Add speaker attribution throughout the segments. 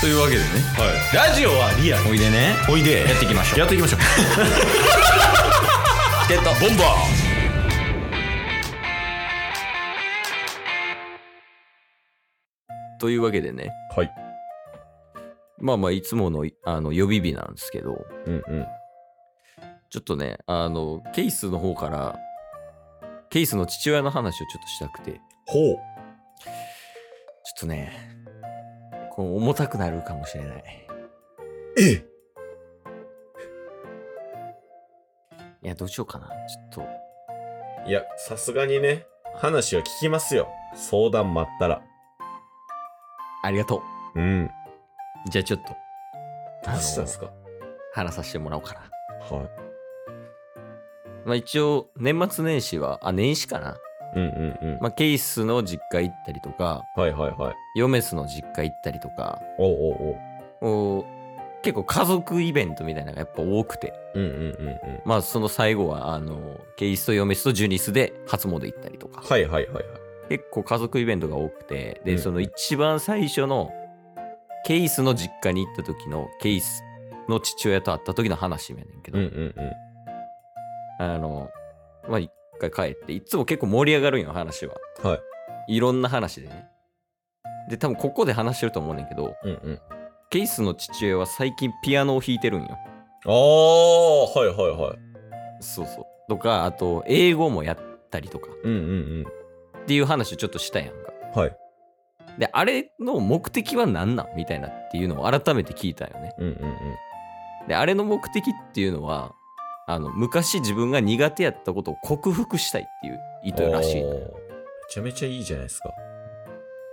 Speaker 1: というわけでね
Speaker 2: ラジオはリアル
Speaker 1: おいでね
Speaker 2: おいで
Speaker 1: やっていきましょう
Speaker 2: やってい きましょう
Speaker 1: チケットボンバーというわけでね
Speaker 2: はい
Speaker 1: まあまあいつものあの予備日なんですけど
Speaker 2: うんうん
Speaker 1: ちょっとねあのケイスの方からケイスの父親の話をちょっとしたくてちょ
Speaker 2: ほう
Speaker 1: っとねこう重たくなるかもしれない
Speaker 2: え
Speaker 1: いやどうしようかなちょっと
Speaker 2: いやさすがにね話は聞きますよ相談待ったら
Speaker 1: ありがと
Speaker 2: うん
Speaker 1: うじゃあちょっと
Speaker 2: どうしたんすか
Speaker 1: 話させてもらおうかな
Speaker 2: は
Speaker 1: まあ一応年末年始はあ年始かな、
Speaker 2: いうんうんうん、
Speaker 1: まあ、ケイスの実家行ったりとか
Speaker 2: はいはいはい
Speaker 1: ヨメスの実家行ったりとか
Speaker 2: おうおうおう
Speaker 1: こう結構家族イベントみたいなのがやっぱ多くて
Speaker 2: うんうんうんうん
Speaker 1: まあその最後はあのケイスとヨメスとジュニスで初詣行ったりとか
Speaker 2: はいはいはいはい
Speaker 1: 結構家族イベントが多くて
Speaker 2: う
Speaker 1: で
Speaker 2: ん
Speaker 1: その一番最初のケイスの実家に行った時のケイスの父親と会った時の話やねんけど、
Speaker 2: うんうんうん
Speaker 1: あのまあ一回帰っていつも結構盛り上がるんよ話は
Speaker 2: はい
Speaker 1: いろんな話でねで多分ここで話してると思うねんけど
Speaker 2: うんうん
Speaker 1: ケイスの父親は最近ピアノを弾いてるんよ
Speaker 2: ああはいはいはい
Speaker 1: そうそうとかあと英語もやったりとか
Speaker 2: うんうんうん
Speaker 1: っていう話をちょっとしたやんか
Speaker 2: はい
Speaker 1: であれの目的は何なんみたいなっていうのを改めて聞いたんよね
Speaker 2: うんうんうん
Speaker 1: であれの目的っていうのはあの昔自分が苦手やったことを克服したいっていう意図らしい
Speaker 2: おーめちゃめちゃいいじゃないですか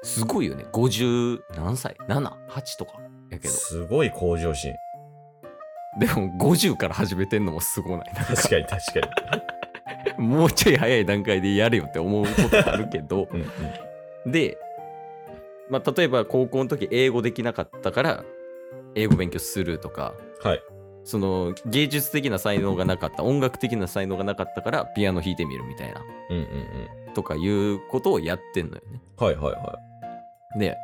Speaker 1: すごいよね50何歳 ?78 とかやけど
Speaker 2: すごい向上 心
Speaker 1: でも50から始めてんのもすごない なんか
Speaker 2: 確かに確かに
Speaker 1: もうちょい早い段階でやれよって思うことあるけど
Speaker 2: うんうん
Speaker 1: で、まあ、例えば高校の時英語できなかったから英語勉強するとか
Speaker 2: はい
Speaker 1: その芸術的な才能がなかった音楽的な才能がなかったからピアノ弾いてみるみたいな
Speaker 2: うんうんうん
Speaker 1: とかいうことをやってんのよね。
Speaker 2: はいはいは
Speaker 1: で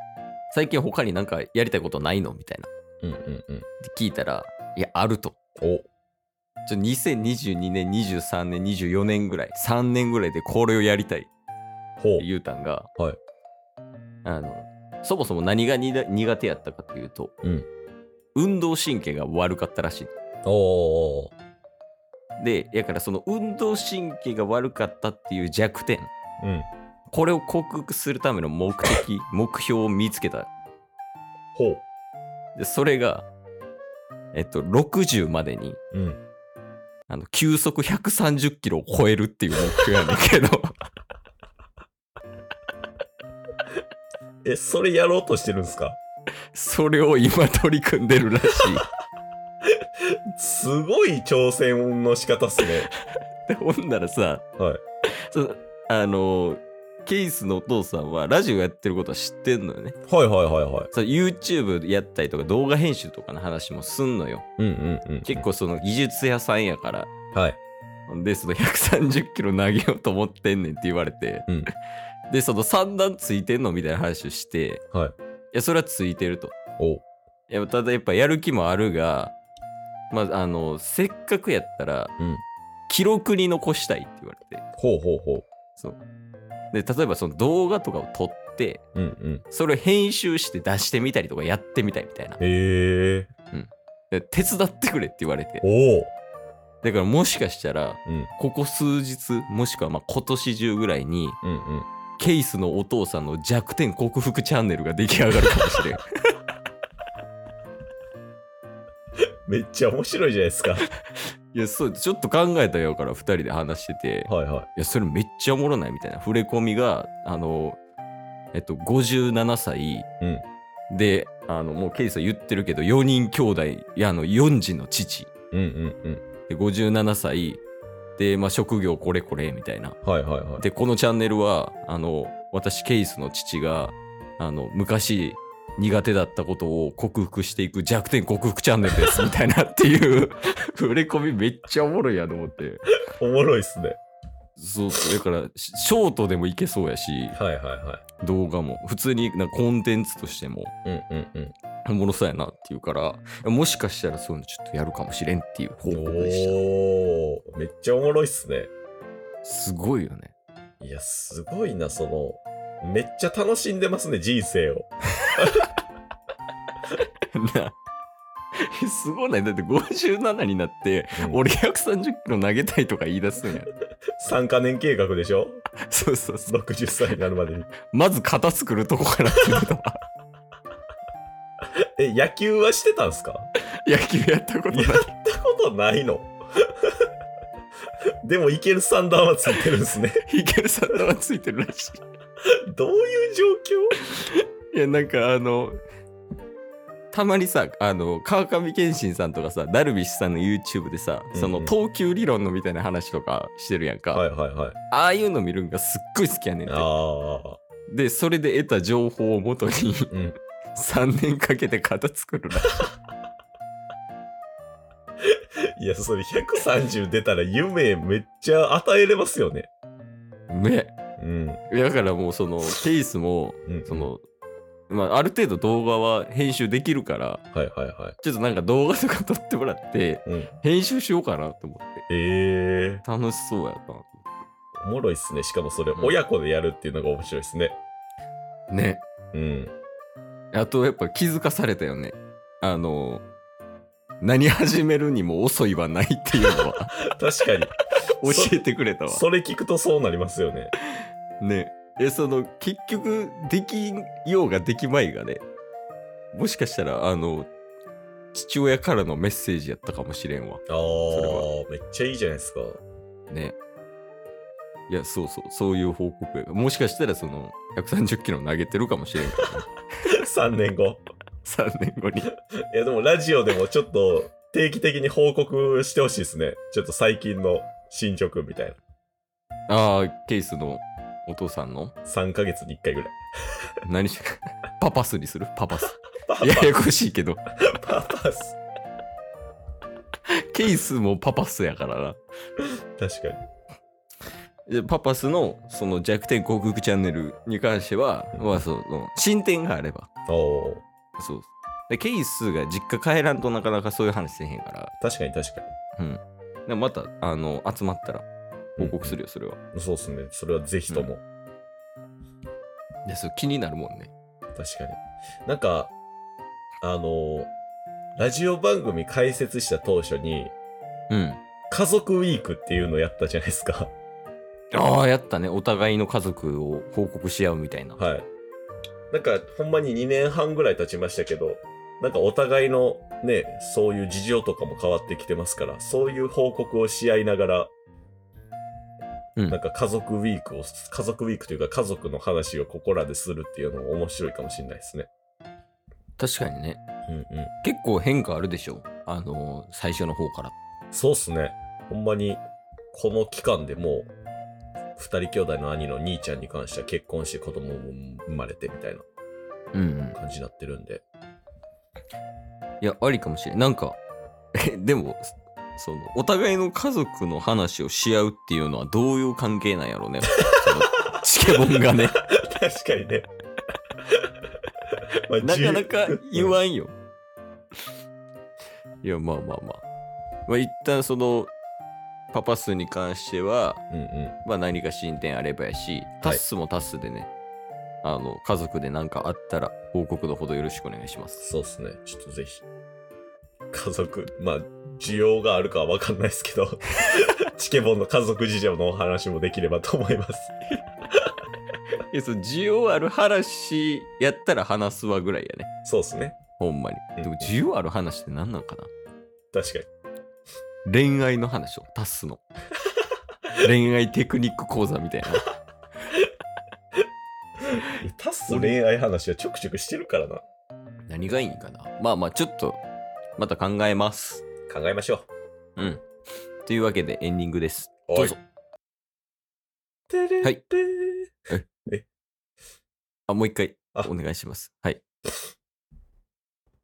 Speaker 1: 最近他になんかやりたいことないのみたいなっ
Speaker 2: いうんうんうん
Speaker 1: て聞いたらいやあると。
Speaker 2: お
Speaker 1: ちょ2022年23年24年ぐらい3年ぐらいでこれをやりたい
Speaker 2: ほう
Speaker 1: ゆうたんが、
Speaker 2: はい
Speaker 1: あのそもそも何がにだ苦手やったかというと、
Speaker 2: うん
Speaker 1: 運動神経が悪かったらしい。
Speaker 2: おー
Speaker 1: でやからその運動神経が悪かったっていう弱点
Speaker 2: うん
Speaker 1: これを克服するための目 的目標を見つけた
Speaker 2: ほう
Speaker 1: でそれが、えっと、60までに
Speaker 2: うん
Speaker 1: あの球速130キロを超えるっていう目標やねんけ ど
Speaker 2: えそれやろうとしてるんですか
Speaker 1: それを今取り組んでるらしい。
Speaker 2: すごい挑戦の仕方っすね
Speaker 1: でほんならさ、
Speaker 2: はい
Speaker 1: そのあのケイスのお父さんはラジオやってることは知ってんのよね
Speaker 2: はいはいはいはい
Speaker 1: そう YouTube やったりとか動画編集とかの話もすんのよ
Speaker 2: うんうんうん
Speaker 1: 結構その技術屋さんやから
Speaker 2: はい
Speaker 1: でその130キロ投げようと思ってんねんって言われて、
Speaker 2: うん
Speaker 1: でその三段ついてんのみたいな話をして
Speaker 2: はい
Speaker 1: いやそれはついてると
Speaker 2: おう
Speaker 1: いやただやっぱやる気もあるがまああのせっかくやったら
Speaker 2: うん
Speaker 1: 記録に残したいって言われて
Speaker 2: ほうほうほう
Speaker 1: そう。で、例えばその動画とかを撮って、
Speaker 2: うんうん
Speaker 1: それを編集して出してみたりとかやってみたいみたいな。
Speaker 2: へえ
Speaker 1: で手伝ってくれって言われて。
Speaker 2: おお
Speaker 1: だからもしかしたら、
Speaker 2: うん
Speaker 1: ここ数日、もしくはまあ今年中ぐらいに、
Speaker 2: うんうん
Speaker 1: ケイスのお父さんの弱点克服チャンネルが出来上がるかもしれん。
Speaker 2: めっちゃ面白いじゃないですかはい
Speaker 1: や、そう、ちょっと考えたよから2人で話してて、い
Speaker 2: い はい
Speaker 1: や、それめっちゃおもろないみたいな。触れ込みが、あの、えっと、57歳、
Speaker 2: うん
Speaker 1: であのもうケイさん言ってるけど4人兄弟いやあの4児の父
Speaker 2: うんうん
Speaker 1: で57歳で、まあ、職業これこれみたいな
Speaker 2: うんはいはいはい
Speaker 1: でこのチャンネルはあの私ケイスの父があの昔苦手だったことを克服していく弱点克服チャンネルですみたいな っていう触れ込みめっちゃおもろいやと思って
Speaker 2: おもろいっすね
Speaker 1: そうそうだからシショートでもいけそうやし
Speaker 2: はいはいは
Speaker 1: 動画も普通になんかコンテンツとしても
Speaker 2: いうんうんうん
Speaker 1: おもろそうやなっていうからもしかしたらそういうのちょっとやるかもしれんっていう報告でし
Speaker 2: おーめっちゃおもろいっすね。
Speaker 1: たすごいよね
Speaker 2: いや、すごいな、その、めっちゃ楽しんでますね、人生を。
Speaker 1: な すごないだって57になって、
Speaker 2: うん
Speaker 1: 俺130キロ投げたいとか言い出すんや
Speaker 2: 3カ年計画でしょ
Speaker 1: そうそうそう
Speaker 2: ?60 歳になるまでに。
Speaker 1: まず型作るとこからっていうのは
Speaker 2: え、野球はしてたんすか
Speaker 1: 野球やったことない
Speaker 2: やったことないの。 でも、いける三段はついてるんすね。
Speaker 1: いけるサンダはついてるらし
Speaker 2: どういう状
Speaker 1: い。いや、なんかあの、たまにさ、あの、川上健信さんとかさ、ダルビッシュさんの YouTube でさ、
Speaker 2: うん
Speaker 1: その投球理論のみたいな話とかしてるやんか、
Speaker 2: 況はいはいはい。
Speaker 1: ああいうの見るんがすっごい好きやねんて。
Speaker 2: ああ。
Speaker 1: で、それで得た情報をもとに
Speaker 2: うん。
Speaker 1: 3年かけて型作るらしい。
Speaker 2: いや、それ130出たら夢めっちゃ与えれますよね。
Speaker 1: ね。
Speaker 2: うん。
Speaker 1: だからもうその、ケースも、
Speaker 2: うん、
Speaker 1: そ、の、まあ、ある程度動画は編集できるから、
Speaker 2: はいはいはい。
Speaker 1: ちょっとなんか動画とか撮ってもらって、
Speaker 2: うん。
Speaker 1: 編集しようかなと思って。
Speaker 2: ええ
Speaker 1: 楽しそうやな。
Speaker 2: おもろいっすね。しかもそれ、
Speaker 1: うん
Speaker 2: 親子でやるっていうのが面白いっすね。
Speaker 1: ね。
Speaker 2: うん。
Speaker 1: あと、やっぱ気づかされたよね。あの、何始めるにも遅いはないっていうのは
Speaker 2: 確 かに。
Speaker 1: 教えてくれたわ。
Speaker 2: それ聞くとそうなりますよね。
Speaker 1: ね。え、その、結局、できようができまいがね、もしかしたら、あの、父親からのメッセージやったかもしれんわ。
Speaker 2: ああ
Speaker 1: れ
Speaker 2: めっちゃいいじゃないです か。
Speaker 1: ね。いや、そうそう、そういう報告やからもしかしたら、その、130キロ投げてるかもしれん から、ね、
Speaker 2: 3年後。
Speaker 1: 3年後に。
Speaker 2: いや、でもラジオでもちょっと定期的に報告してほしいですね。ちょっと最近の進捗みたい
Speaker 1: ああ、ケースのお父さんの
Speaker 2: な。3ヶ月に1回ぐらい。
Speaker 1: 何しパパスにするパパス。
Speaker 2: パパ
Speaker 1: ややこしいけど、
Speaker 2: パパス。
Speaker 1: ケースもパパスやからな。
Speaker 2: 確かに。
Speaker 1: でパパスのその弱点克服チャンネルに関しては、
Speaker 2: うん
Speaker 1: まあその進展があれば。
Speaker 2: おお
Speaker 1: そうでケースが実家帰らんとなかなかそういう話せへんから。
Speaker 2: 確かに確か
Speaker 1: うん。でまた、あの、集まったら報告するよ、それは。
Speaker 2: に。そうっすね。それはぜひとも。
Speaker 1: で、そう気になるもんね。
Speaker 2: 確かに。なんか、あのーラジオ番組開設した当初に、
Speaker 1: うん。
Speaker 2: 家族ウィークっていうのやったじゃないですか。
Speaker 1: ああ、やったね。お互いの家族を報告し合うみたいな。
Speaker 2: はい。なんか、ほんまに2年半ぐらい経ちましたけど、なんかお互いのね、そういう事情とかも変わってきてますから、そういう報告をし合いながら、
Speaker 1: うん
Speaker 2: なんか家族ウィークを、家族ウィークというか家族の話をここらでするっていうのも面白いかもしれないですね。
Speaker 1: 確かにね。
Speaker 2: うんうん。
Speaker 1: 結構変化あるでしょ。あの、最初の方から。
Speaker 2: そうっすね。ほんまに、この期間でもう、二人兄弟の兄の兄ちゃんに関しては結婚して子供も生まれてみたいな
Speaker 1: うん、うん。
Speaker 2: 感じになってるんで。
Speaker 1: いや、ありかもしれん。なんか、えでも、その、お互いの家族の話をし合うっていうのはどういう関係なんやろ うね。そのチケボンが ね、
Speaker 2: 確かにね。 まあ
Speaker 1: なかなか言
Speaker 2: ん。
Speaker 1: わんよ。いや、まあまあまあ。まあ、一旦その、パパスに関しては、
Speaker 2: うんうん。
Speaker 1: まあ何か進展あればやし、タッスもタッスでね、あの、家族で何かあったら報告のほどよろしくお願いします。
Speaker 2: そうっすね。ちょっとぜひ。家族、まあ、需要があるかはわかんないですけど、 チケボンの家族事情のお話もできればと思います。
Speaker 1: いや、そう、需要ある話やったら話すわぐらいやね。
Speaker 2: そうっすね。
Speaker 1: ほんまに
Speaker 2: う。ん
Speaker 1: でも自由ある話って何なんかな
Speaker 2: 確かに。
Speaker 1: 恋愛の話を足す の。恋愛テクニック講座みたいな。
Speaker 2: タスの恋愛話はちょくちょくしてるからな。
Speaker 1: 何がいいんかなまあまあちょっとまた考えます。
Speaker 2: 考えましょう。
Speaker 1: うん。というわけでエンディングです。
Speaker 2: おい
Speaker 1: どうぞ。。
Speaker 2: はい
Speaker 1: あ、もう一回
Speaker 2: あ
Speaker 1: お願いします。はい。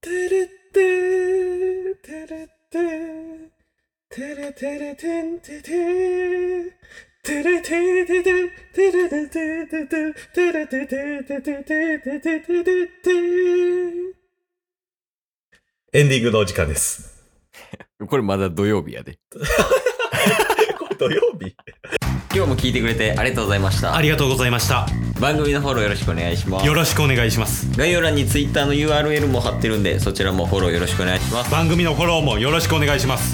Speaker 2: てれててれててれてれてんてててれててててれてててててれてててててててててて
Speaker 3: エンディングのお時間です。
Speaker 4: これまだ土曜日やで。
Speaker 3: これ土曜日
Speaker 1: 今日も聞いてくれてありがとうございました
Speaker 2: ありがとうございました。
Speaker 1: 番組のフォローよろしくお願いします
Speaker 2: よろしくお願いします。
Speaker 1: 概要欄に Twitter の URL も貼ってるんでそちらもフォローよろしくお願いします
Speaker 2: 番組のフォローもよろしくお願いします。